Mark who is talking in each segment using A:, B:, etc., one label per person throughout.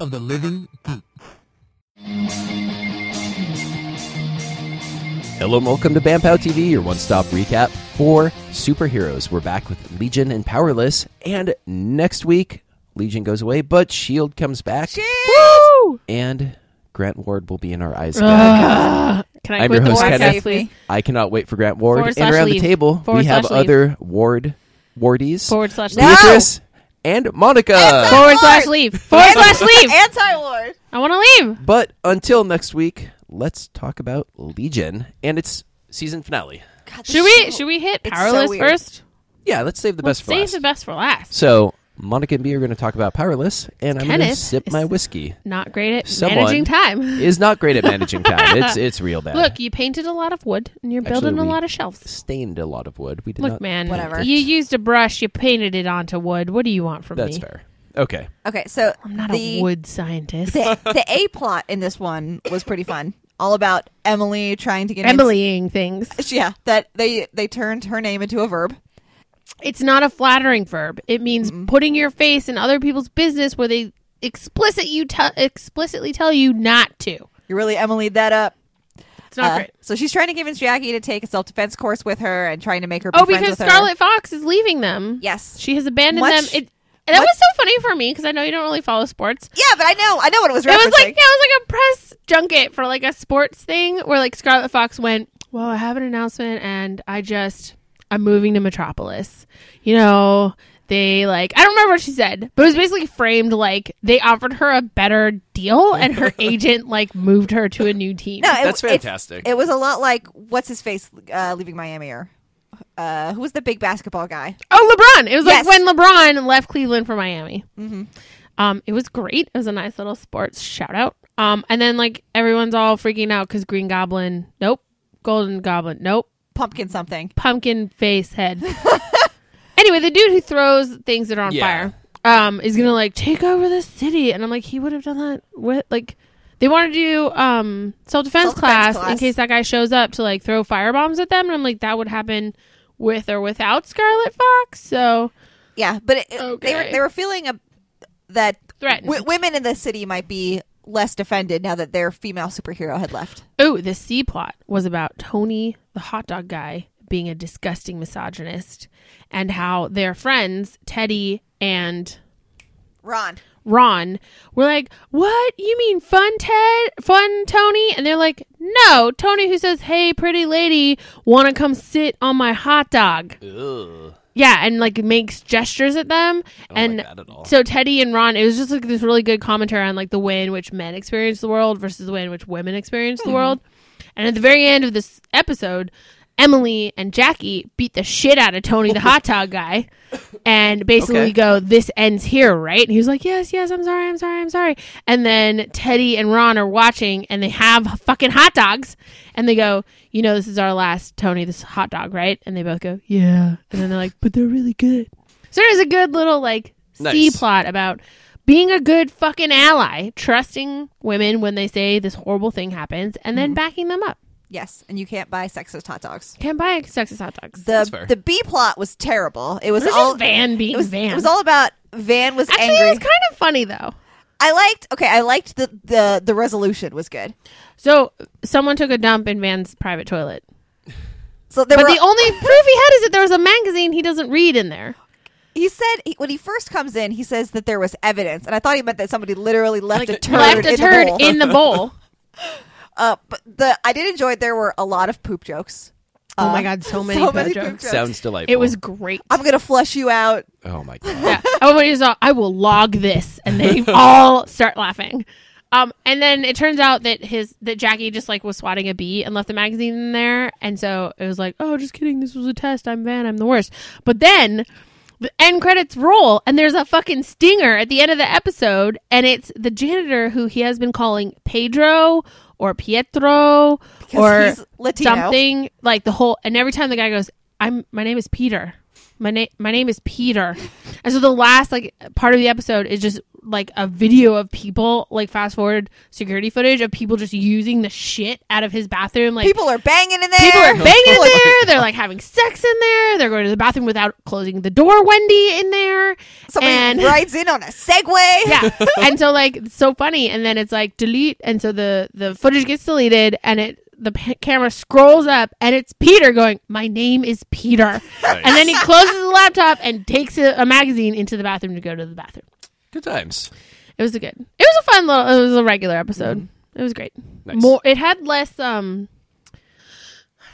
A: of the living geek.
B: Hello and welcome to Bampow TV, your one-stop recap for superheroes. We're back with Legion and Powerless, and next week Legion goes away, but Shield E comes back.
C: E
B: And Grant Ward will be in our eyes again.
C: Can
B: I'm
C: I quit
B: your
C: the
B: host,
C: podcast,
B: Kenneth.
C: please?
B: I cannot wait for Grant Ward.
C: Forward
B: and
C: slash
B: around
C: leave.
B: the table,
C: Forward
B: we have
C: slash leave.
B: other Ward Wardies,
C: Forward slash
D: No!
C: leave.
B: Beatrice, and Monica.
C: Forward slash leave. Forward slash leave.
D: Anti Lord.
C: I want to leave.
B: But until next week, let's talk about Legion and its season finale.
C: Should we should we hit
D: It's so
C: powerless
D: weird.
C: first?
B: Yeah, let's save the
C: Let's
B: best for
C: save
B: last.
C: the best for last.
B: So Monica and B are going to talk about Powerless, and I'm going to
C: Kenneth
B: sip
C: is-
B: my whiskey.
C: Not great at
B: Someone
C: managing time.
B: Is not great at managing time. It's it's real bad.
C: Look, you painted a lot of wood and you're
B: Actually,
C: building a
B: we-
C: lot of shelves.
B: stained a lot of wood. We did
C: Look,
B: not.
C: man,
D: Whatever.
C: You used a brush. You painted it onto wood. What do you want from
B: That's
C: me?
B: fair. Okay.
D: Okay, so
C: I'm not
D: the,
C: a wood scientist.
D: The, the A plot in this one was pretty fun. All about Emily trying to get into-
C: Emilying things.
D: yeah, that they they turned her name into a verb.
C: It's not a flattering verb. It means putting your face in other people's business where they explicit you te- explicitly tell you not to.
D: You really Emily that up.
C: It's not
D: Uh,
C: great.
D: So she's trying to convince Jackie to take a self defense course with her and trying to make her. Be
C: Oh,
D: friends
C: because
D: with her.
C: Scarlet Fox is leaving them.
D: Yes.
C: she has abandoned
D: Much-
C: them. It and that
D: much-
C: was so funny for me because I know you don't really follow sports.
D: Yeah, but I know I know what it was.
C: It was
D: referencing.
C: like that was like a press junket for like a sports thing where like Scarlet Fox went, "Well, I have an announcement, and I just I'm moving to Metropolis. You know." They like I don't remember what she said, but it was basically framed like they offered her a better deal, and her agent like moved her to a new team.
D: no, it,
B: That's
D: it's-
B: fantastic.
D: It, was a lot like what's his face uh, leaving Miami or uh, who was the big basketball guy?
C: Oh, LeBron. It was
D: Yes. Mm-hmm.
C: like when LeBron left Cleveland for Miami. Um, it was great. It was a nice little sports shout out. Um, and then like everyone's all freaking out because Green Goblin, nope. Golden Goblin, nope.
D: Pumpkin something.
C: Pumpkin face head. anyway, the dude who throws things that are on
B: Yeah.
C: fire um, is gonna like take over the city, and I'm like, he would have done that with like. They want to do um, self defense
D: Self-defense
C: class,
D: class.
C: in case that guy shows up to like throw fire bombs at them, and I'm like, that would happen with or without Scarlet Fox. So
D: Yeah, but it, it- they were
C: Okay.
D: they were feeling a, that
C: Threatened.
D: w- women in the city might be less defended now that their female superhero had left.
C: Oh, the C plot was about Tony, the hot dog guy, being a disgusting misogynist, and how their friends, Teddy and
D: Ron,
C: Ron, were like, What? You mean fun, Ted? Fun, Tony? And they're like, No, Tony, who says, Hey, pretty lady, want to come sit on my hot dog? Yeah, and like makes gestures at them. and
B: like that at all.
C: so Teddy and Ron, it was just like this really good commentary on like the way in which men experience the world versus the way in which women experience
B: Mm-hmm.
C: the world. And at the very end of this episode, Emily and Jackie beat the shit out of Tony the hot dog guy and basically
B: Okay.
C: go, This ends here, right? And he was like, Yes, yes, I'm sorry, I'm sorry, I'm sorry. And then Teddy and Ron are watching and they have fucking hot dogs and they go, You know, this is our last Tony, this hot dog, right? And they both go, Yeah. And then they're like, But they're really good. So there's a good little like C
B: Nice.
C: plot about being a good fucking ally, trusting women when they say this horrible thing happens, and
B: Mm-hmm.
C: then backing them up.
D: yes, and you can't buy sexist hot dogs.
C: Can't buy sexist hot dogs.
D: The
B: That's fair.
D: the B plot was terrible. It was
C: It was
D: all
C: just Van being
D: It was,
C: Van.
D: it was all about Van was
C: Actually,
D: angry.
C: it was kind of funny though.
D: I liked. Okay, I liked the the the resolution was good.
C: So someone took a dump in Van's private toilet,
D: So there
C: but
D: were.
C: the only proof he had is that there was a magazine he doesn't read in there.
D: he said he, when he first comes in, he says that there was evidence, and I thought he meant that somebody literally left a turd
C: Left a
D: in
C: turd
D: the bowl.
C: in the bowl.
D: uh, but the I did enjoy. There were a lot of poop jokes.
C: oh
D: Uh,
C: my god, so many,
D: so
C: bad
D: many
C: jokes.
D: poop jokes.
B: Sounds delightful.
C: It was great.
D: I'm gonna flush you out.
B: Oh my god.
C: yeah. Everybody was all, I will log this, and they all start laughing. Um, and then it turns out that his that Jackie just like was swatting a bee and left the magazine in there, and so it was like, oh, just kidding, this was a test. I'm Van, I'm the worst. But then the end credits roll, and there's a fucking stinger at the end of the episode, and it's the janitor who he has been calling Pedro or Pietro
D: Because
C: or
D: he's Latino.
C: something like the whole. And every time the guy goes, I'm my name is Peter. my name my name is Peter. And so the last like part of the episode is just like a video of people like fast forward security footage of people just using the shit out of his bathroom like
D: People are banging in there.
C: People are banging in there. They're like having sex in there. They're going to the bathroom without closing the door. Wendy in there.
D: Somebody
C: and
D: rides in on a Segway.
C: yeah, and so like it's so funny, and then it's like delete, and so the the footage gets deleted, and it the p- camera scrolls up, and it's Peter going, "My name is Peter," and then he closes the laptop and takes a, a magazine into the bathroom to go to the bathroom.
B: Good times.
C: It was a good. It was a fun little. It was a regular episode. It was great.
B: Nice.
C: More. It had less. Um.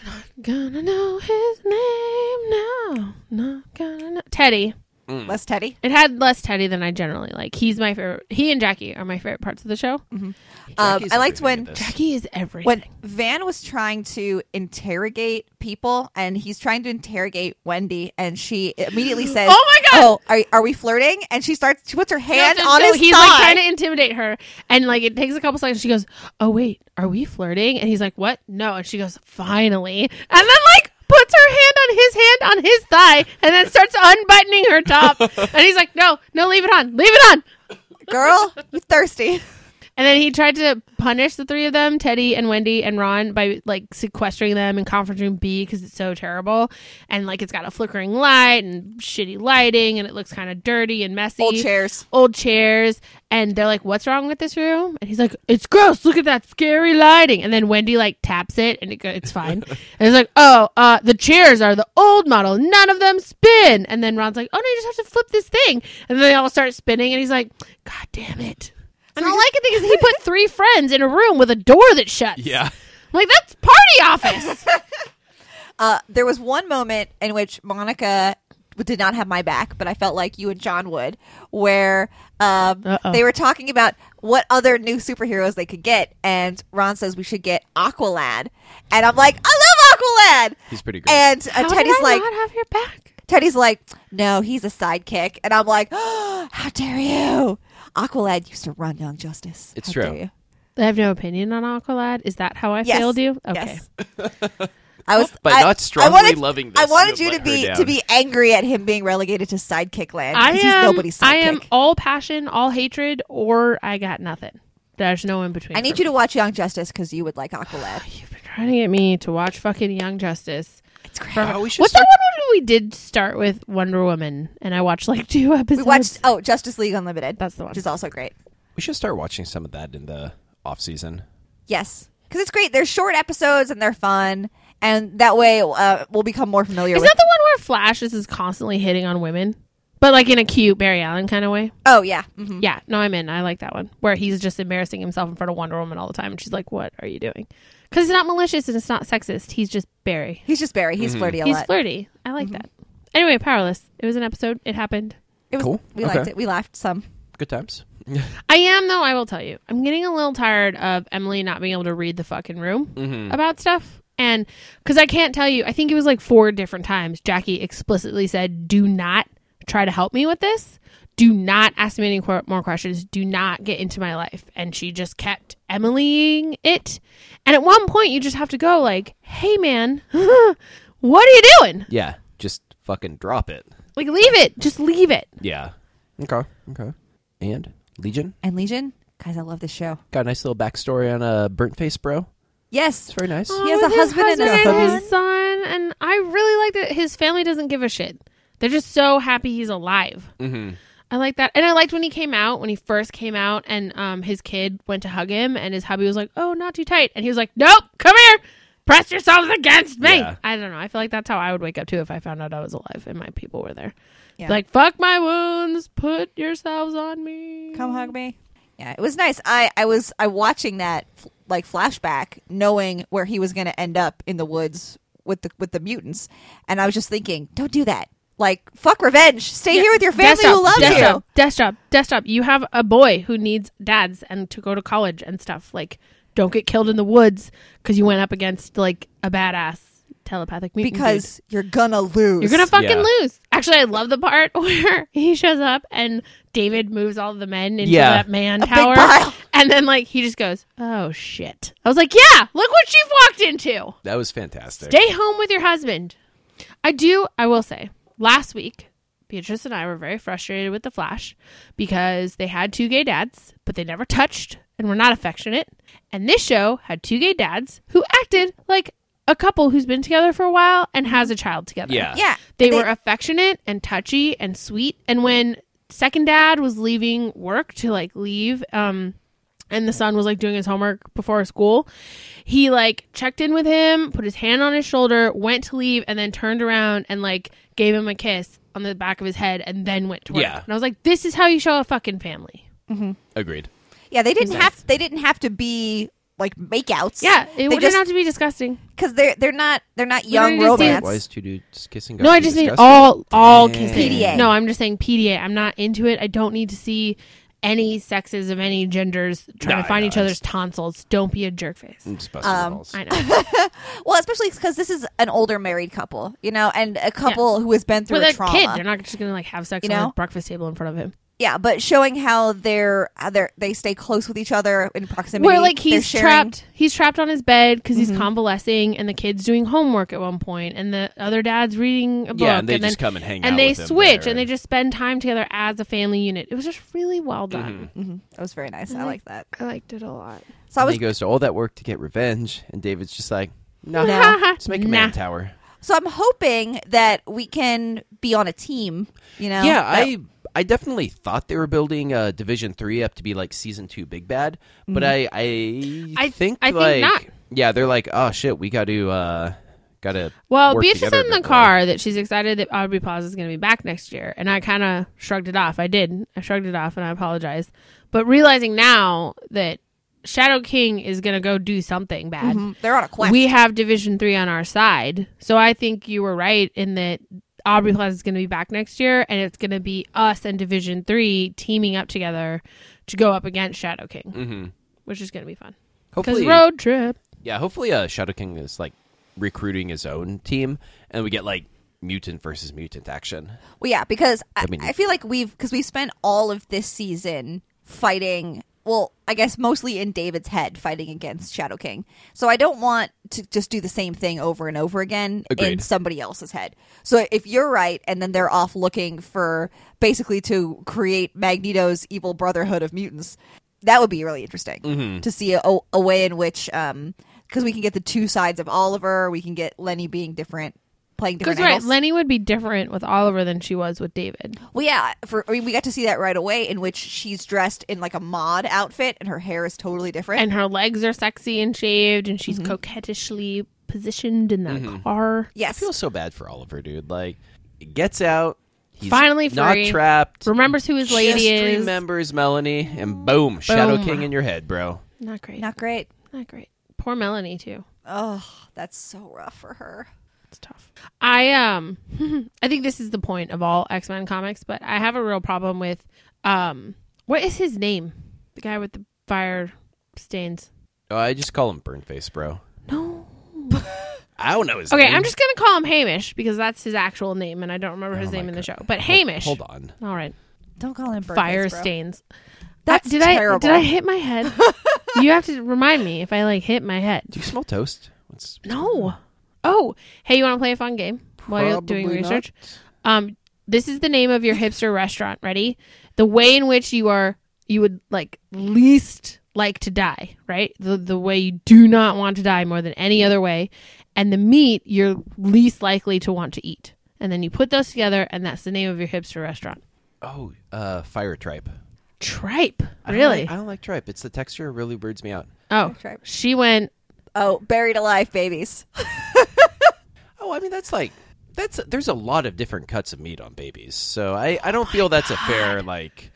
C: I'm not gonna know his name now. Not gonna know. Teddy.
B: Mm.
D: Less Teddy.
C: It had less Teddy than I generally like. He's my favorite. He and Jackie are my favorite parts of the show.
D: Um,
B: Jackie's
D: I
B: a pretty
D: liked
B: good
D: when
B: at this.
C: Jackie is everything.
D: when Van was trying to interrogate people, and he's trying to interrogate Wendy, and she immediately says,
C: Oh my God!
D: Oh, are, are we flirting?" And she starts. She puts her
C: No,
D: hand
C: so-
D: on
C: so
D: his
C: "Oh, he's like
D: thigh.
C: trying to intimidate her, and like it takes a couple seconds. She goes, "Oh wait, are we flirting?" And he's like, "What? No." And she goes, "Finally!" And then like puts her hand on his hand on his thigh, and then starts unbuttoning her top. and he's like, "No, no, leave it on, leave it on."
D: Girl, you thirsty?
C: And then he tried to punish the three of them, Teddy and Wendy and Ron, by like sequestering them in conference room B because it's so terrible, and like it's got a flickering light and shitty lighting, and it looks kind of dirty and messy.
D: Old chairs.
C: old chairs and they're like what's wrong with this room and he's like it's gross look at that scary lighting and then wendy like taps it and it go, it's fine and it's like oh uh the chairs are the old model none of them spin and then ron's like oh no you just have to flip this thing and then they all start spinning and he's like god damn it and i like it because he put three friends in a room with a door that shuts
B: Yeah.
C: I'm like that's party office
D: Uh, there was one moment in which Monica did not have my back, but I felt like you and John would, where um,
C: Uh-oh.
D: they were talking about what other new superheroes they could get, and Ron says we should get Aqualad, and I'm like, I love Aqualad.
B: He's pretty great.
D: And
C: How
D: uh,
C: did
D: Teddy's
C: I
D: like,
C: not have your back
D: Teddy's like, no, he's a sidekick, and I'm like, how dare you? Aqualad used to run Young Justice.
B: It's
D: How
B: true.
D: dare you?
C: i have no opinion on aqualad is that how i
D: Yes.
C: failed you okay
D: Yes. I was
B: But
D: I-
B: not
D: I
B: strongly
D: wanted-
B: loving
D: I
B: this
D: wanted
B: would
D: you
B: let
D: to
B: her
D: be
B: down.
D: to be angry at him being relegated to sidekick land
C: I
D: because
C: am,
D: he's nobody's sidekick.
C: I am all passion, all hatred, or I got nothing. There's no in between.
D: I need you to watch Young Justice because you would like Aqualad.
C: You've been trying to get me to watch fucking Young Justice. It's great.
B: Oh, we should
C: What's
B: start-
C: that one we did start with Wonder Woman, and I watched like two episodes.
D: We watched oh Justice League Unlimited.
C: That's the one.
D: which is also great.
B: We should start watching some of that in the off season.
D: Yes, because it's great. They're short episodes and they're fun, and that way uh, we'll become more familiar.
C: Is
D: with
C: that the one where Flash is just constantly hitting on women, but like in a cute Barry Allen kind of way?
D: Oh yeah, hmm
C: Yeah, no, I'm in. I like that one where he's just embarrassing himself in front of Wonder Woman all the time, and she's like, "What are you doing?" Because it's not malicious and it's not sexist. He's just Barry.
D: he's just Barry.
B: Mm-hmm.
D: He's flirty a
C: He's
D: lot. Mm-hmm.
C: flirty. I like that. Anyway, powerless. It was an episode. It happened.
D: It was
B: Cool.
D: we
B: Okay.
D: liked it. We laughed some.
B: Good times.
C: I am though. I will tell you, I'm getting a little tired of Emily not being able to read the fucking room about stuff, and because I can't tell you, I think it was like four different times Jackie explicitly said, "Do not try to help me with this. Do not ask me any qu- more questions. Do not get into my life." And she just kept Emilying it, and at one point, you just have to go like, "Hey, man, what are you doing?
B: Yeah. Just fucking drop it.
C: Like, leave it. Just leave it."
B: Yeah. Okay. Okay. And Legion
D: And Legion, guys, I love this show.
B: got a nice little backstory on a uh, burnt face, bro.
D: Yes,
B: It's very nice.
D: He has a
C: with his
D: husband and a
C: and his son, and I really like that his family doesn't give a shit. They're just so happy he's alive.
B: Mm-hmm.
C: I like that, and I liked when he came out when he first came out, and um, his kid went to hug him, and his hubby was like, "Oh, not too tight," and he was like, "Nope, come here, press yourselves against me."
B: Yeah.
C: I don't know. I feel like that's how I would wake up too if I found out I was alive and my people were there.
D: Yeah.
C: Like, fuck my wounds, put yourselves on me.
D: come hug me. Yeah, it was nice. I I was I watching that f- like flashback, knowing where he was going to end up in the woods with the with the mutants, and I was just thinking, don't do that. Like fuck revenge. Stay here with your family who loves
C: desk
D: you.
C: Job, desk job, desk job. You have a boy who needs dads and to go to college and stuff. Like, don't get killed in the woods because you went up against like a badass telepathic mutant. dude.
D: Because you're gonna lose.
C: you're gonna fucking
B: Yeah.
C: lose. Actually, I love the part where he shows up and David moves all the men into
B: Yeah.
C: that man
D: big
C: tower,
D: pile.
C: and then like he just goes, "Oh shit!" I was like, "Yeah, look what you've walked into."
B: That was fantastic.
C: Stay home with your husband. I do. I will say last week, Beatrice and I were very frustrated with The Flash because they had two gay dads, but they never touched and were not affectionate. And this show had two gay dads who acted like a couple who's been together for a while and has a child together.
B: Yeah.
D: Yeah.
C: They, were affectionate and touchy and sweet. And when second dad was leaving work to like leave, um, and the son was like doing his homework before school, he like checked in with him, put his hand on his shoulder, went to leave, and then turned around and like gave him a kiss on the back of his head and then went to work.
B: Yeah.
C: And I was like, this is how you show a fucking family.
B: Agreed.
D: Yeah, they didn't
C: Yes.
D: have they didn't have to be like makeouts.
C: Yeah. It
D: they
C: wouldn't
D: just
C: have to be disgusting.
D: because they're they're not they're not
C: you
D: young
C: just saying-
D: romance.
B: Why is two dudes kissing? got
C: No,
B: to
C: I
B: be
C: just mean
B: disgusting?
C: all all
B: Dang.
C: kissing.
D: PDA.
C: No, I'm just saying PDA. I'm not into it. I don't need to see any sexes of any genders trying
B: No,
C: to
B: I
C: find
B: know. Mm.
C: each other's tonsils. Don't be a jerk face.
B: I'm just busting your balls.
C: Um, I know.
D: Well, especially because this is an older married couple, you know, and a couple who has been through
C: With
D: a
C: a
D: trauma.
C: kid, they're not just gonna like have sex
D: You
C: on
D: know?
C: a breakfast table in front of him.
D: yeah, but showing how they're how they're they stay close with each other in proximity.
C: Where like
D: They're
C: he's
D: sharing- Mm-hmm.
C: trapped, he's trapped on his bed because he's convalescing, and the kid's doing homework at one point, and the other dad's reading a book,
B: Yeah, and they
C: then
B: just come and hang out.
C: and they
B: with them
C: switch,
B: there.
C: and they just spend time together as a family unit. It was just really well
B: Mm-hmm.
C: done.
D: That was very nice. I like that.
C: I liked it a lot.
D: So I
B: And
D: was
B: he goes to all that work to get revenge, and David's just like, "No,
D: No.
B: let's make a
C: Nah.
B: man tower."
D: so I'm hoping that we can be on a team. You know.
B: yeah,
D: that-
B: I I definitely thought they were building uh, Division Three up to be like season two Big Bad, but I I,
C: Mm-hmm. I-
B: think
C: I think
B: like
C: not.
B: yeah, they're like, oh shit, we got to uh, got to
C: Well,
B: work
C: Beatrice
B: together
C: said in the
B: a bit more.
C: car that she's excited that Aubrey Plaza is going to be back next year, and I kind of shrugged it off. I did. I shrugged it off, and I apologize. But realizing now that Shadow King is going to go do something bad,
D: Mhm. They're on a quest.
C: we have Division Three on our side. So I think you were right in that Aubrey Plaza is going to be back next year, and it's going to be us and Division Three teaming up together to go up against Shadow King,
B: Mhm.
C: which is going to be fun. Because
B: Hopefully,
C: road trip.
B: yeah, hopefully, uh, Shadow King is like recruiting his own team, and we get like mutant versus mutant action.
D: Well, yeah, because I,
B: mean-
D: I feel like we've because we've spent all of this season fighting. Well, I guess mostly in David's head, fighting against Shadow King. So I don't want to just do the same thing over and over again in
B: Agreed.
D: somebody else's head. So if you're right, and then they're off looking for basically to create Magneto's evil brotherhood of mutants, that would be really interesting to see a, a way in which, because we can get the two sides of Oliver, we can get Lenny being different, playing different.
C: Because right,
D: angles.
C: Lenny would be different with Oliver than she was with David.
D: Well, yeah. For I mean, we got to see that right away, in which she's dressed in like a mod outfit, and her hair is totally different.
C: and her legs are sexy and shaved and she's coquettishly positioned in that
B: Mm-hmm.
C: car
D: yes,
B: I feel so bad for Oliver, dude. Like, he gets out, he's
C: Finally
B: not
C: free.
B: trapped.
C: remembers who his lady
B: just
C: is
B: remembers Melanie, and boom, Shadow
C: Boom.
B: King in your head, bro.
C: not great not-,
D: not great.
C: great poor melanie too
D: Oh, that's so rough for her.
C: it's tough i um i think this is the point of all x-men comics but i have a real problem with um what is his name the guy with the fire stains
B: Oh, I just call him Burnface, bro.
C: no
B: I don't know his
C: okay
B: name.
C: i'm just gonna call him hamish because that's his actual name and i don't remember his
B: Oh my
C: name in the
B: God.
C: show but
B: Hold-
C: hamish
B: Hold on.
C: all right
D: Don't call him Birdface,
C: fire
D: bro.
C: stains.
D: That's
C: Uh, did
D: terrible.
C: I did I hit my head? you have to remind me if I like hit my head.
B: Do you smell toast? What's
C: No. Oh, hey, you want to play a fun game while you're doing
B: Probably not.
C: research? Um, this is the name of your hipster restaurant. Ready? The way in which you are you would like least like to die. Right? The the way you do not want to die more than any other way, and the meat you're least likely to want to eat. And then you put those together, and that's the name of your hipster restaurant.
B: Oh, uh, fire tripe.
C: Tripe.
B: I don't
C: Really?
B: like- I don't like tripe. It's the texture really weirds me out.
C: Oh,
D: Tripe.
C: she went.
D: Oh, buried alive, babies.
B: Oh, I mean that's like that's there's a lot of different cuts of meat on babies, so I I don't feel that's a fair like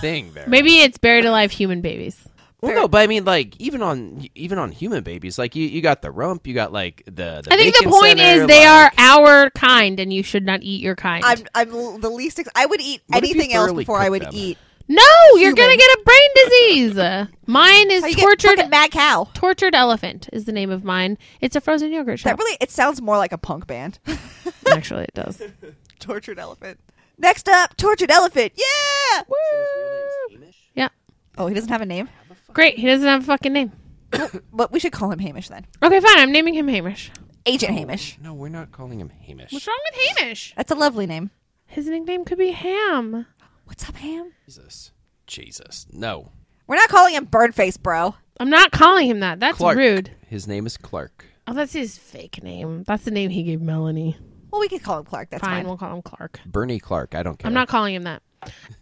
B: thing there.
C: Maybe it's buried alive human babies.
B: well,
D: fair.
B: no, but I mean like even on even on human babies, like you you got the rump, you got like the. the
C: I think the
B: bacon
C: point
B: center,
C: is they
B: like-
C: are our kind, and you should not eat your kind.
D: I'm I'm l- the least. Ex- I would eat
B: What if you
D: anything else
B: thoroughly
D: before I
B: cook
D: would
B: them?
D: eat.
C: no, you're
D: human.
C: gonna get a brain disease. Uh, mine is
D: How you
C: tortured.
D: get fucking mad cow?
C: tortured elephant is the name of mine. It's a frozen yogurt
D: That
C: shop.
D: really. It sounds more like a punk band.
C: Actually, it does.
D: tortured elephant. Next up, tortured elephant. Yeah.
C: Yeah,
D: Oh, he doesn't have a name,
C: great. He doesn't have a fucking name.
D: but we should call him Hamish then.
C: Okay, fine. I'm naming him Hamish.
D: Agent Hamish.
B: No, we're not calling him Hamish.
C: What's wrong with Hamish?
D: That's a lovely name.
C: His nickname could be Ham.
D: What's up, Ham?
B: Jesus. Jesus. No.
D: We're not calling him Birdface, bro.
C: I'm not calling him that. That's
B: Clark.
C: rude.
B: His name is Clark.
C: Oh, that's his fake name. That's the name he gave Melanie.
D: Well, we could call him Clark. That's
C: Fine,
D: fine.
C: we'll call him Clark.
B: Bernie Clark. I don't care.
C: I'm not calling him that.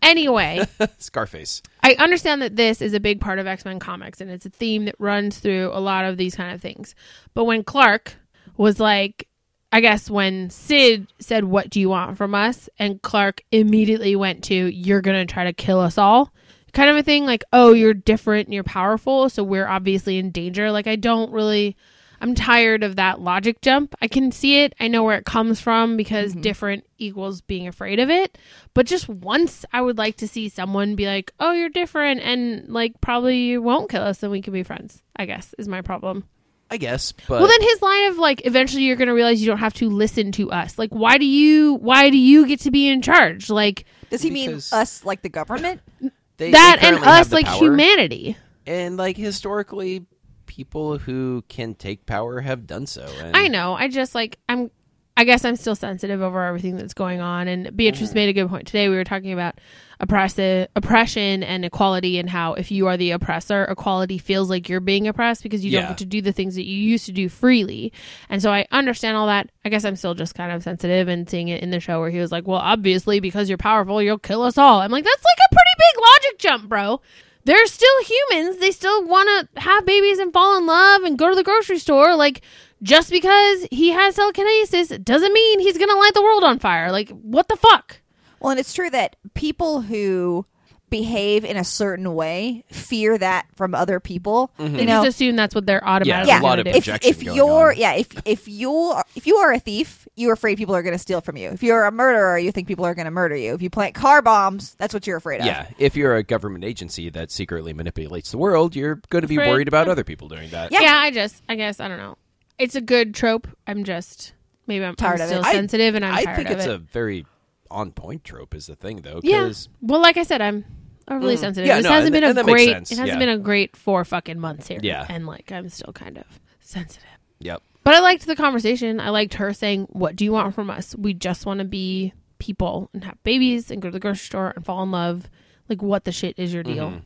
C: Anyway,
B: Scarface.
C: I understand that this is a big part of X Men comics and it's a theme that runs through a lot of these kind of things. But when Clark was like, I guess when Sid said, What do you want from us? and Clark immediately went to, You're going to try to kill us all. Kind of a thing like, Oh, you're different and you're powerful. So we're obviously in danger. Like, I don't really. I'm tired of that logic jump. I can see it. I know where it comes from because
B: Mm-hmm.
C: different equals being afraid of it. But just once, I would like to see someone be like, oh, you're different. And like, probably you won't kill us and we can be friends, I guess, is my problem.
B: I guess, but
C: well, then his line of like, eventually you're going to realize you don't have to listen to us. Like, why do you, why do you get to be in charge? Like,
D: Does he mean
B: Because-
D: us like the government?
B: they- they
C: that and
B: currently have
C: us,
B: the
C: like
B: power.
C: humanity.
B: And like historically, people who can take power have done so. And
C: I know. I just like I'm. I guess I'm still sensitive over everything that's going on. And Beatrice made a good point today. We were talking about oppressive oppression and equality, and how if you are the oppressor, equality feels like you're being oppressed because you
B: Yeah.
C: don't get to do the things that you used to do freely. And so I understand all that. I guess I'm still just kind of sensitive and seeing it in the show where he was like, "Well, obviously, because you're powerful, you'll kill us all." I'm like, that's like a pretty big logic jump, bro they're still humans. They still want to have babies and fall in love and go to the grocery store. Like, just because he has telekinesis doesn't mean he's going to light the world on fire. Like, what the fuck?
D: Well, and it's true that people who behave in a certain way fear that from other people.
B: Mm-hmm.
D: You know,
C: Just assume that's what they're automatically
B: Yeah,
D: a lot
C: gonna
B: of
C: do.
D: if
B: objection
D: if
B: going
D: you're
B: on.
D: yeah if if you are, if you are a thief, you're afraid people are going to steal from you. If you're a murderer, you think people are going to murder you. If you plant car bombs, that's what you're afraid of.
B: Yeah, if you're a government agency that secretly manipulates the world, you're going to be
C: Afraid-
B: worried about other people doing that.
D: Yeah.
C: yeah. I just, I guess, I don't know. It's a good trope. I'm just, maybe I'm, I'm
D: Tired of
C: still
D: it.
B: I-
C: sensitive and I'm
B: I
C: tired
B: think
C: of
B: it's
C: it.
B: a very on point trope is the thing though
C: yeah.
B: because
C: Well, like I said, I'm overly sensitive.
B: Mm. Yeah,
C: this
B: no,
C: hasn't
B: and-
C: been
B: and
C: a
B: that makes
C: great,
B: sense.
C: it hasn't
B: Yeah.
C: been a great four fucking months here.
B: Yeah.
C: And like, I'm still kind of sensitive.
B: yep
C: But I liked the conversation. I liked her saying, What do you want from us? We just want to be people and have babies and go to the grocery store and fall in love. Like, what the shit is your deal?
B: Mm-hmm.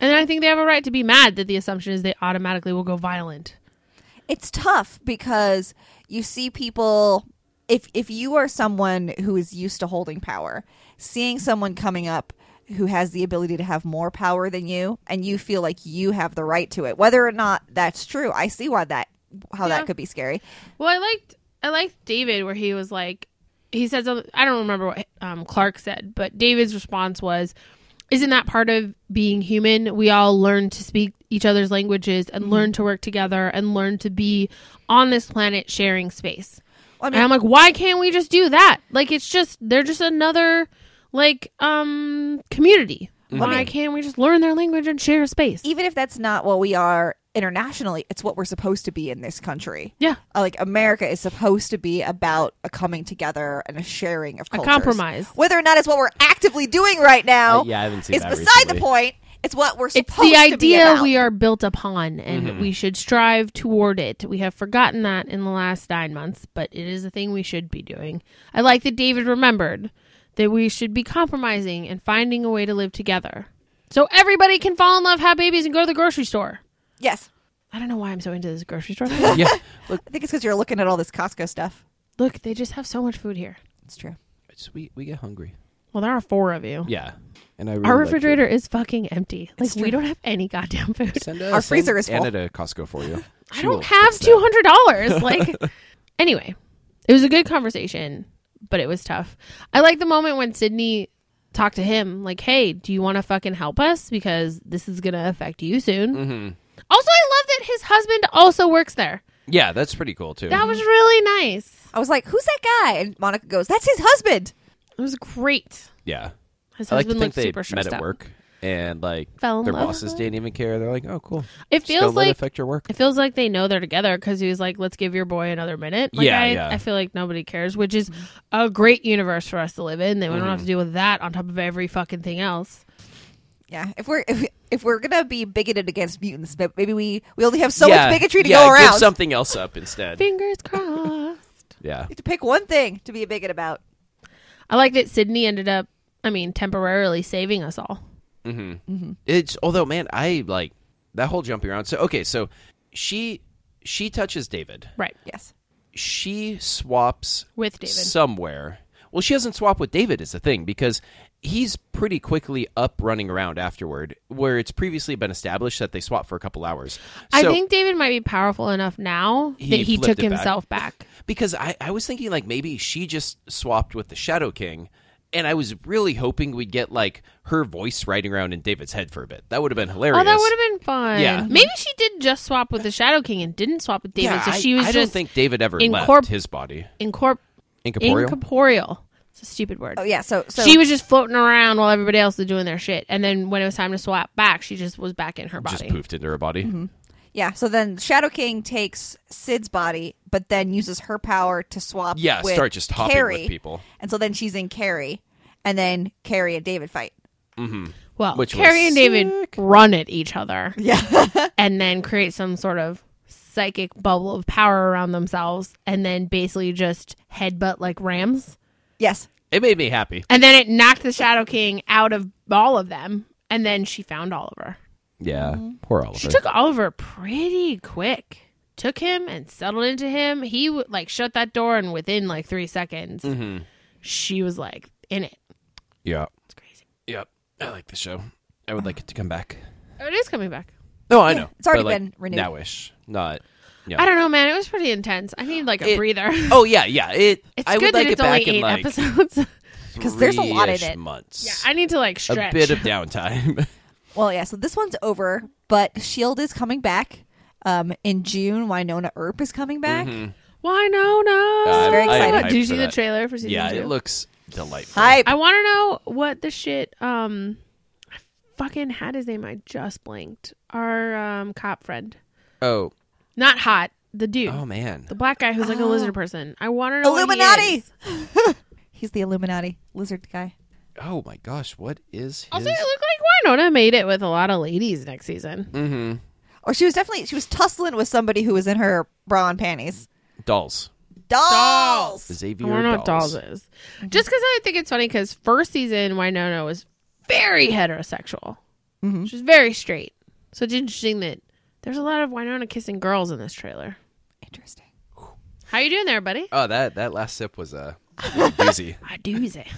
C: And I think they have a right to be mad that the assumption is they automatically will go violent.
D: it's tough because you see people if if you are someone who is used to holding power seeing someone coming up who has the ability to have more power than you and you feel like you have the right to it whether or not that's true i see why that how
C: Yeah.
D: that could be scary
C: Well, I liked I liked David where he was like he said something I don't remember what um, Clark said, but David's response was, "Isn't that part of being human? We all learn to speak each other's languages and
D: Mm-hmm.
C: learn to work together and learn to be on this planet sharing space."
D: Well, I mean-
C: and I'm like, why can't we just do that? Like, it's just they're just another like um community. Why can't we just learn their language and share space?
D: Mm-hmm. even if that's not what we are internationally it's what we're supposed to be in this country
C: yeah,
D: Uh, like america is supposed to be about a coming together and a sharing of cultures.
C: compromise.
D: whether or not it's what we're actively doing right now
B: Uh, yeah, I haven't seen
D: is
B: that
D: beside
B: recently.
D: the point it's what we're
C: it's
D: supposed
C: the
D: to be
C: idea
D: about.
C: we are built upon and we should strive toward it we have forgotten that in the last nine months but it is a thing we should be doing i like that david remembered that we should be compromising and finding a way to live together so everybody can fall in love have babies and go to the grocery store
D: yes
C: i don't know why i'm so into this grocery store thing.
B: yeah look
D: I think it's because you're looking at all this Costco stuff.
C: look they just have so much food here
D: It's true.
B: it's- we, we get hungry
C: well there are four of you
B: yeah and I really
C: our
B: like food.
C: refrigerator is fucking empty like
D: It's
C: we
D: true.
C: don't have any goddamn food
B: Send a,
D: Our freezer is
B: send
D: full.
B: Anna to Costco for you.
C: I don't have two hundred dollars. Like, anyway, it was a good conversation, but it was tough. I like the moment when Sydney talked to him, like, "Hey, do you want to fucking help us? Because this is gonna affect you soon."
B: Mm. Mm-hmm.
C: Also, I love that his husband also works there.
B: Yeah, that's pretty cool too.
C: That was really nice.
D: I was like, "Who's that guy?" And Monica goes, "That's his husband."
C: It was great.
B: yeah,
C: His
B: I like to
C: husband
B: think
C: looked
B: they
C: super
B: met
C: stressed
B: at
C: out.
B: work and like
C: Fell in
B: their
C: love.
B: bosses didn't even care. They're like, oh, cool.
C: It
B: Just don't
C: feels
B: let it
C: like
B: affect your work.
C: it feels like they know they're together because he was like, "Let's give your boy another minute." Like,
B: Yeah,
C: I,
B: yeah.
C: I feel like nobody cares, which is a great universe for us to live in. That we don't
B: Mm-hmm.
C: have to deal with that on top of every fucking thing else.
D: Yeah. If we're if, if we're gonna be bigoted against mutants, but maybe we we only have so
B: yeah,
D: much bigotry to
B: yeah,
D: go
B: give
D: around.
B: something else up instead.
C: Fingers crossed.
B: Yeah.
D: You have to pick one thing to be a bigot about.
C: I like that Sydney ended up, I mean, temporarily saving us all.
B: It's although man, I like that whole jumping around. So okay, so she she touches David.
C: Right.
D: Yes.
B: She swaps
C: With David.
B: somewhere. Well, she doesn't swap with David is the thing because he's pretty quickly up running around afterward, where it's previously been established that they swap for a couple hours.
C: I
B: So-
C: think David might be powerful enough now
B: He
C: that he
B: flipped
C: took
B: it back.
C: himself back.
B: because I, I was thinking like maybe she just swapped with the Shadow King, and I was really hoping we'd get like her voice riding around in David's head for a bit. That would have been hilarious.
C: Oh, that would have been fun.
B: Yeah.
C: Maybe she did just swap with the Shadow King and didn't swap with David.
B: Yeah,
C: so
B: I-
C: she was
B: I, don't
C: just
B: think David ever
C: incorp-
B: left his body.
C: incorp-
B: Incorporeal.
C: incorporeal. It's a stupid word.
D: Oh yeah. So so
C: she was just floating around while everybody else was doing their shit. And then when it was time to swap back, she just was back in her
B: just
C: body.
B: poofed into her body.
C: Mm-hmm.
D: yeah. So then Shadow King takes Sid's body, but then uses her power to swap.
B: Yeah,
D: with
B: start just hopping with
D: Carrie,
B: people.
D: And so then she's in Carrie, and then Carrie and David fight.
C: Well,
B: Which was
C: Carrie and David run at each other
D: Yeah.
C: and then create some sort of psychic bubble of power around themselves and then basically just headbutt like rams.
D: yes.
B: It made me happy.
C: And then it knocked the Shadow King out of all of them. And then she found Oliver.
B: Yeah, poor Oliver.
C: She took Oliver pretty quick. Took him and settled into him. He w- like shut that door, and within like three seconds,
B: Mm-hmm.
C: she was like in it.
B: yeah,
C: It's crazy.
B: yep. I like the show. I would like it to come back.
C: Oh, it is coming back.
B: No, I know.
D: it's already
B: but, like,
D: been renewed.
B: Nowish, not. Yeah.
C: I don't know, man. It was pretty intense. I need like a
B: It-
C: breather.
B: Oh yeah, yeah. It.
C: It's
B: I would
C: good
B: like
C: that it's
B: it back
C: only
B: in
C: eight
B: like
C: episodes.
D: Because there's a lot in
B: three-ish
D: it.
B: Months.
C: yeah, I need to like
B: a
C: stretch.
B: bit of downtime.
D: Well, yeah. So this one's over, but Shield E is coming back. Um, in June, Winona Earp is coming back.
B: Mm-hmm.
C: Why no no?
B: I'm-
D: Very I am excited.
C: Did you
B: hyped
C: see
B: for
C: the
B: that.
C: trailer for season
B: yeah,
C: two?
B: it looks delightful.
D: Hype.
C: I want to know what the shit. Um, I fucking had his name. I just blanked. Our um cop friend,
B: Oh,
C: not hot. The dude.
B: oh man.
C: The black guy who's like a lizard person. I want to know What he
D: Illuminati!
C: is.
D: He's the Illuminati lizard guy.
B: Oh my gosh, what is his?
C: Also, it looked like Winona made it with a lot of ladies next season.
B: Mm-hmm.
D: Or Oh, she was definitely she was tussling with somebody who was in her bra and panties.
B: dolls.
D: Dolls.
B: Xavier
C: We're not dolls is. Just because I think it's funny because first season Winona was very heterosexual. She was very straight. So it's interesting that there's a lot of Winona kissing girls in this trailer.
D: Interesting.
C: How you doing there, buddy?
B: Oh, that that last sip was uh, easy.
C: I do say.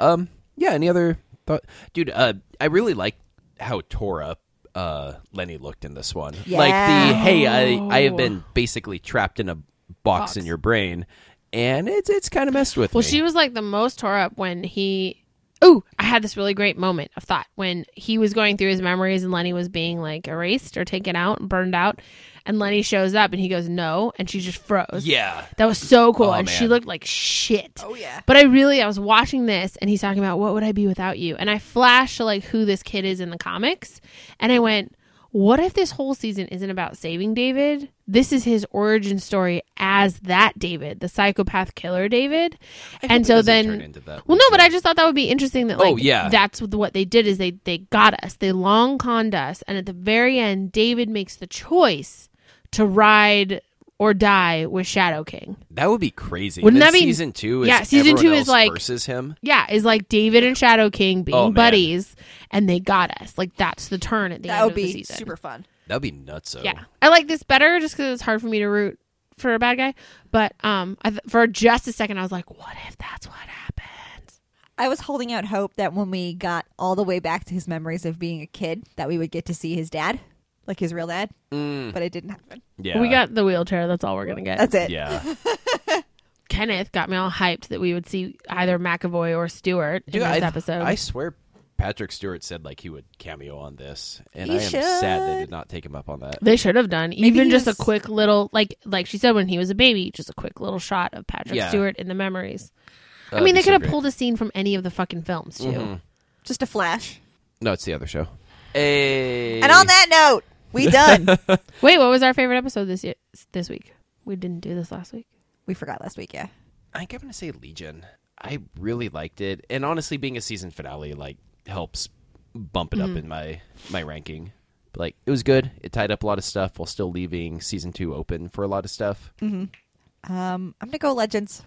B: Um, yeah. Any other thought, dude? Uh, I really like how tore up uh Lenny looked in this one. Like
D: Yeah.
B: the hey, I I have
C: Oh.
B: been basically trapped in a box, in your brain, and it's it's kind of messed with
C: Well,
B: me.
C: she was like the most tore up when he. Ooh, I had this really great moment of thought when he was going through his memories and Lenny was being like erased or taken out and burned out. And Lenny shows up and he goes, no. And she just froze.
B: yeah.
C: That was so cool.
B: Oh,
C: and she
B: man.
C: looked like shit.
D: Oh, yeah.
C: But I really, I was watching this and he's talking about what would I be without you? And I flashed to like who this kid is in the comics. And I went, what if this whole season isn't about saving David? This is his origin story as that David, the psychopath killer David. And
B: it
C: so
B: doesn't
C: then.
B: turn into that
C: well, no, but I just thought that would be interesting that like
B: Oh, yeah.
C: that's what- what they did is they they got us. They long conned us and at the very end David makes the choice to ride or die with Shadow King.
B: That would be crazy.
C: Wouldn't
B: Then
C: that be-
B: season two? Is
C: Yeah, season two
B: everyone
C: is
B: else
C: like-
B: versus him.
C: Yeah, is like David and Shadow King being
B: Oh, man.
C: buddies, and they got us. Like that's the turn at the
D: That
C: end
D: would
C: of the
D: be
C: season.
D: super fun.
B: That'd be nuts.
C: yeah, I like this better just because it's hard for me to root for a bad guy. But um, I th- for just a second, I was like, what if that's what happens?
D: I was holding out hope that when we got all the way back to his memories of being a kid, that we would get to see his dad, like his real dad.
B: Mm.
D: But it didn't happen.
B: yeah.
C: We got the wheelchair. That's all we're gonna get.
D: That's it.
B: Yeah,
C: Kenneth got me all hyped that we would see either McAvoy or Stewart in
B: dude.
C: this
B: I,
C: episode.
B: I swear, Patrick Stewart said like he would cameo on this, and
D: He
B: I am sad they
D: should.
B: did not take him up on that.
C: they should have done even
D: he
C: just
D: was-
C: a quick little like like she said when he was a baby, just a quick little shot of Patrick
B: Yeah.
C: Stewart in the memories. I
B: That'd
C: mean,
B: be
C: they
B: so
C: could have
B: great. Mm-hmm.
C: pulled a scene from any of the fucking films too.
D: Just a flash.
B: No, it's the other show. Hey.
D: And on that note, we done.
C: Wait, what was our favorite episode this year? This week, we didn't do this last week.
D: we forgot last week, yeah.
B: I think I'm gonna say Legion. I really liked it, and honestly, being a season finale like helps bump it
C: Mm-hmm.
B: up in my my ranking. But, like it was good. It tied up a lot of stuff while still leaving season two open for a lot of stuff.
D: Um, I'm gonna go Legends.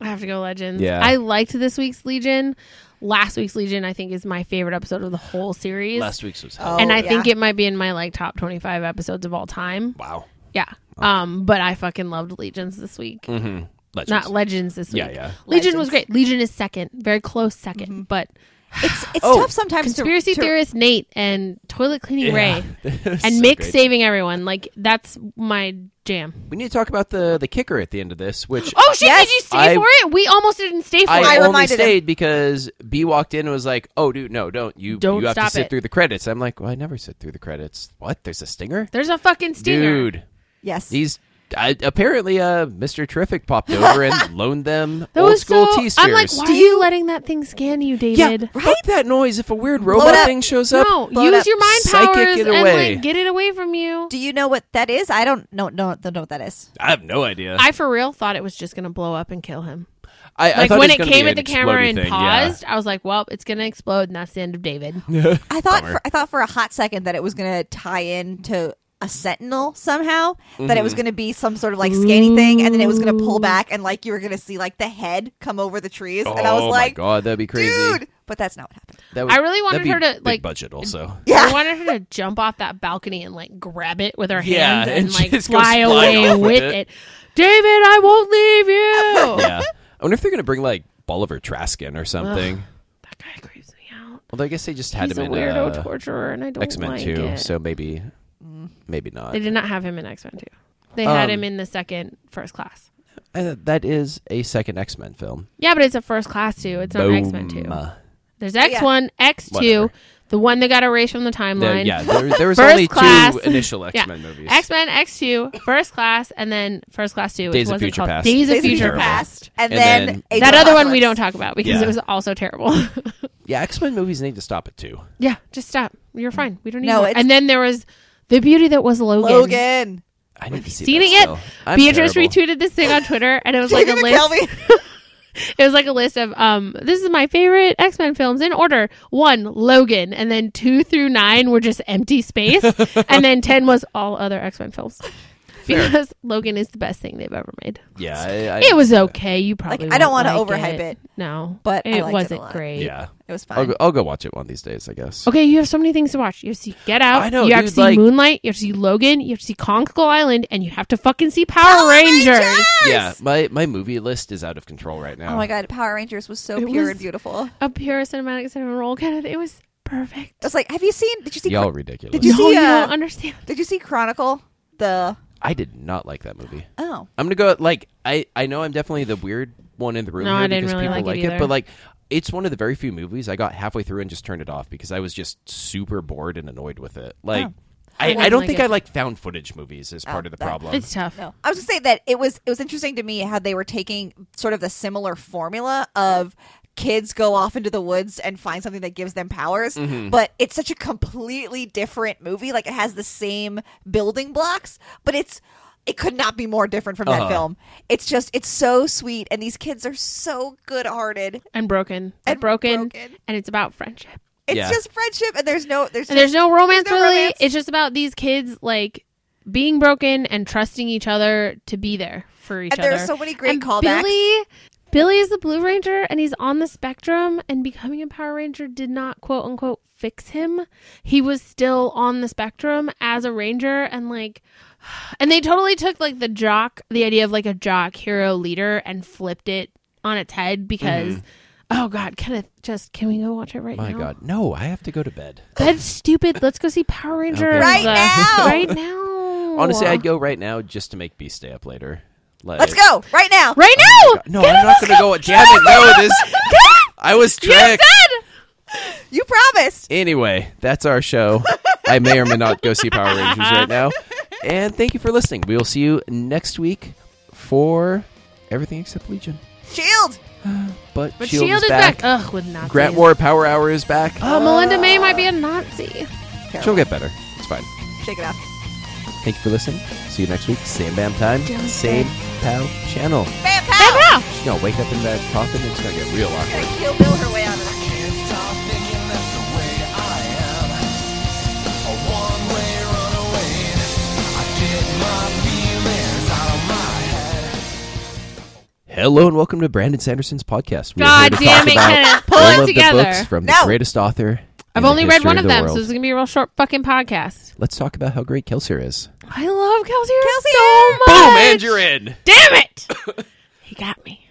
C: I have to go Legends.
B: Yeah.
C: I liked this week's Legion. Last week's Legion, I think, is my favorite episode of the whole series.
B: Last week's was
D: Oh.
C: and I think
D: yeah.
C: it might be in my like top 25 episodes of all time.
B: wow.
C: Yeah. Um, but I fucking loved Legions this week.
B: Mm-hmm. Legends.
C: Not Legends this week.
B: Yeah, yeah.
C: Legion was
D: Legends.
C: great. Legion is second, very close 2nd But
D: It's it's
B: Oh,
D: tough sometimes.
C: conspiracy
D: to, to,
C: theorist Nate and toilet cleaning Ray
B: and
C: and Mick saving everyone like that's my jam.
B: We need to talk about the the kicker at the end of this, which
C: Oh shit!
D: Yes.
C: Did you stay
B: I-
C: for it? We almost didn't stay for
B: I,
D: I
C: it.
B: only
D: reminded him.
B: stayed because B walked in and was like, "Oh, dude, no, don't you?
C: Don't
B: you have to
C: stop
B: sit
C: it."
B: through the credits." I'm like, "Well, I never sit through the credits. What? There's a stinger,
C: There's a fucking stinger.
B: dude.
D: Yes.
B: These I, apparently, uh, Mr. Terrific popped over and loaned them
C: That
B: old
C: was
B: school
C: so.
B: T-stairs.
C: I'm like, why are you letting that thing scan you,
B: yeah,
C: David?
B: fuck that noise. If a weird
D: it
B: robot
D: up.
B: thing shows up,
C: No,
D: blow it
C: use
D: up.
C: your mind
B: Psychic
C: powers
B: it
C: and
B: away.
C: like get it away from you.
D: Do you know what that is? I don't know. No, don't know what that is.
B: I have no idea.
C: I for real thought it was just gonna blow up and kill him.
B: I, I
C: Like
B: thought
C: when
B: was
C: it
B: gonna
C: came
B: be
C: at the
B: an
C: camera
B: explodey
C: and
B: thing, yeah.
C: paused, I was like, "Well, it's gonna explode, and that's the end of David."
D: I thought
B: Bummer.
D: for, I thought for a hot second that it was going to tie in to a sentinel somehow. That it was
B: Mm-hmm.
D: going to be some sort of like scanning thing, and then it was going to pull back, and like you were going to see like the head come over the trees, and I was
B: oh
D: like,
B: my god, that'd be crazy.
D: dude. But that's not what happened.
B: That would-
C: I really wanted
B: that'd be
C: her to,
B: big
C: like-
B: budget also.
C: I
D: Yeah.
C: wanted her to jump off that balcony and like grab it with her
B: Yeah,
C: hands
B: and
C: and, like
B: just go
C: fly
B: flying
C: away
B: off
C: with,
B: with
C: it.
B: it.
C: David, I won't leave you.
B: yeah. I wonder if they're going to bring like Bolivar Trask in or something.
C: That guy creeps me out.
B: Although I guess they just had
C: He's a
B: him in
C: weirdo
B: uh,
C: torturer, and I don't
B: X Men
C: like
B: 2,
C: it.
B: so maybe maybe not.
C: Mm. They did not have him in X Men Two. They had
B: Um,
C: him in the second first class.
B: Uh, that is a second X Men film.
C: Yeah, but it's a first class two. It's not
B: Boom.
C: X Men two.
B: Uh,
C: There's X one, X two,
B: Whatever.
C: the one that got erased from the
B: there-
C: timeline.
B: yeah, there, there was
C: First
B: only
C: Class.
B: two initial
C: Yeah.
B: X Men movies.
C: X Men, X two, first class, and then first class two, which
B: Days of
C: wasn't
B: Future
C: called
B: Past.
C: Days of
D: Days of
C: Future
B: Terrible.
C: Past.
D: Past, and,
B: And
D: then,
B: then-
D: Age
C: That
D: of
C: other one we don't
D: Apocalypse.
C: talk about because
B: Yeah.
C: it was also terrible.
B: Yeah, X Men movies need to stop at two.
C: yeah, just stop. You're fine. We don't need
D: No,
C: more.
D: it's-
C: And then there was the beauty that was Logan.
D: Logan.
B: I need to see
C: Seen
B: that
C: it yet?
B: still. I'm
C: Beatrice
B: terrible.
C: retweeted this thing on Twitter, and it was like a
D: David
C: list.
D: Kelvin.
C: It was like a list of um, this is my favorite X Men films in order. One, Logan, and then two through nine were just empty space, and then ten was all other X Men films. Because Logan is the best thing they've ever made.
B: Yeah, I, I,
C: It was okay. You probably
D: I don't
C: won't
D: wanna
C: like
D: overhype it,
C: No,
D: but I
C: it
D: liked it a
C: wasn't
D: lot.
C: great.
B: Yeah,
D: It was
B: I'll
D: fine.
B: go, I'll go watch it one of these days. I guess.
C: Okay, you have so many things to watch. You have to see Get Out.
B: I know,
C: you have
B: dude,
C: to see
B: like-
C: Moonlight. You have to see Logan. You have to see Kong Skull Island, and you have to fucking see Power, Rangers.
B: Yeah, my my movie list is out of control right now.
D: Oh my god, Power Rangers was so
C: It
D: pure
C: was-
D: and beautiful.
C: A pure cinematic cinema roll kind of. It was perfect.
D: It's like, have you seen? Did you see?
B: Y'all
D: Chron-
B: are ridiculous.
D: Did you
C: no,
D: see,
C: you
D: uh,
C: don't understand.
D: Did you see Chronicle? The
B: I did not like that movie.
D: oh,
B: I'm gonna go like I I know I'm definitely the weird one in the room
C: No,
B: here
C: I didn't
B: because
C: really
B: people
C: like
B: like
C: it
B: it,
C: either.
B: but like it's one of the very few movies I got halfway through and just turned it off because I was just super bored and annoyed with it. Like I, I,
C: wouldn't
B: don't
C: Oh. like
B: think
C: it.
B: I like found footage movies as part of the
D: that-
B: problem.
C: It's tough.
D: No, I was gonna say that it was it was interesting to me how they were taking sort of the similar formula of kids go off into the woods and find something that gives them powers,
B: Mm-hmm.
D: but it's such a completely different movie. Like it has the same building blocks, but it's it could not be more different from that
B: Uh-huh.
D: film. It's just it's so sweet, and these kids are so good hearted.
C: And broken. And
D: And
C: broken.
D: broken.
C: And it's about friendship.
D: It's
B: Yeah.
D: just friendship, and there's no there's
C: And there's no romance
D: no
C: really.
D: romance.
C: It's just about these kids like being broken and trusting each other to be there for each
D: and
C: other.
D: there are so many great
C: and
D: callbacks.
C: Billy, Billy is the Blue Ranger, and he's on the spectrum. And becoming a Power Ranger did not quote unquote fix him. He was still on the spectrum as a Ranger, and like, and they totally took like the jock, the idea of like a jock hero leader, and flipped it on its head because. Oh God, Kenneth! Just can we go watch it right
B: Mm-hmm. Oh my
C: now?
B: god, no! I have to go to bed.
C: that's stupid. Let's go see Power Rangers
D: Right
C: uh,
D: now.
C: Right now.
B: Honestly, I'd go right now just to make B stay up later. Like,
D: Let's go right now.
C: right now.
B: Oh No,
C: Get
B: I'm
C: it,
B: not
C: let's
B: gonna go. Damn it! No, this. I was tricked.
C: Dad!
D: You promised.
B: Anyway, that's our show. I may or may not go see Power Rangers right now. And thank you for listening. We will see you next week for everything except Legion.
D: Shield.
B: But,
C: But
B: Shield, E is, back.
C: Ugh, with Nazis.
B: Grant War Power Hour is back.
C: Oh, Melinda May might be a Nazi.
B: She'll get better. It's fine.
D: Shake it off.
B: Thank you for listening. See you next week. Same bam time. Same pow channel.
D: Bam, pow.
C: Yeah.
B: She's gonna wake up in that coffin. It's gonna get real awkward.
D: gonna kill Bill her way out of it.
A: Stop thinking that's the way I am. A one-way runaway. I get my feelings out of my head.
B: Hello and welcome to Brandon Sanderson's podcast. We are
C: God
B: here to
C: damn
B: talk
C: it,
B: about
C: Kenneth. Pull
B: all
C: it
B: of
C: together.
B: The books from the
D: No.
B: greatest author. in
C: I've
B: the
C: only read
B: history
C: one
B: of
C: of
B: the
C: them,
B: world.
C: so this is gonna be a real short fucking podcast.
B: Let's talk about how great Kelsier is.
C: I love Kelsey so much.
B: in.
C: Damn it! he got me.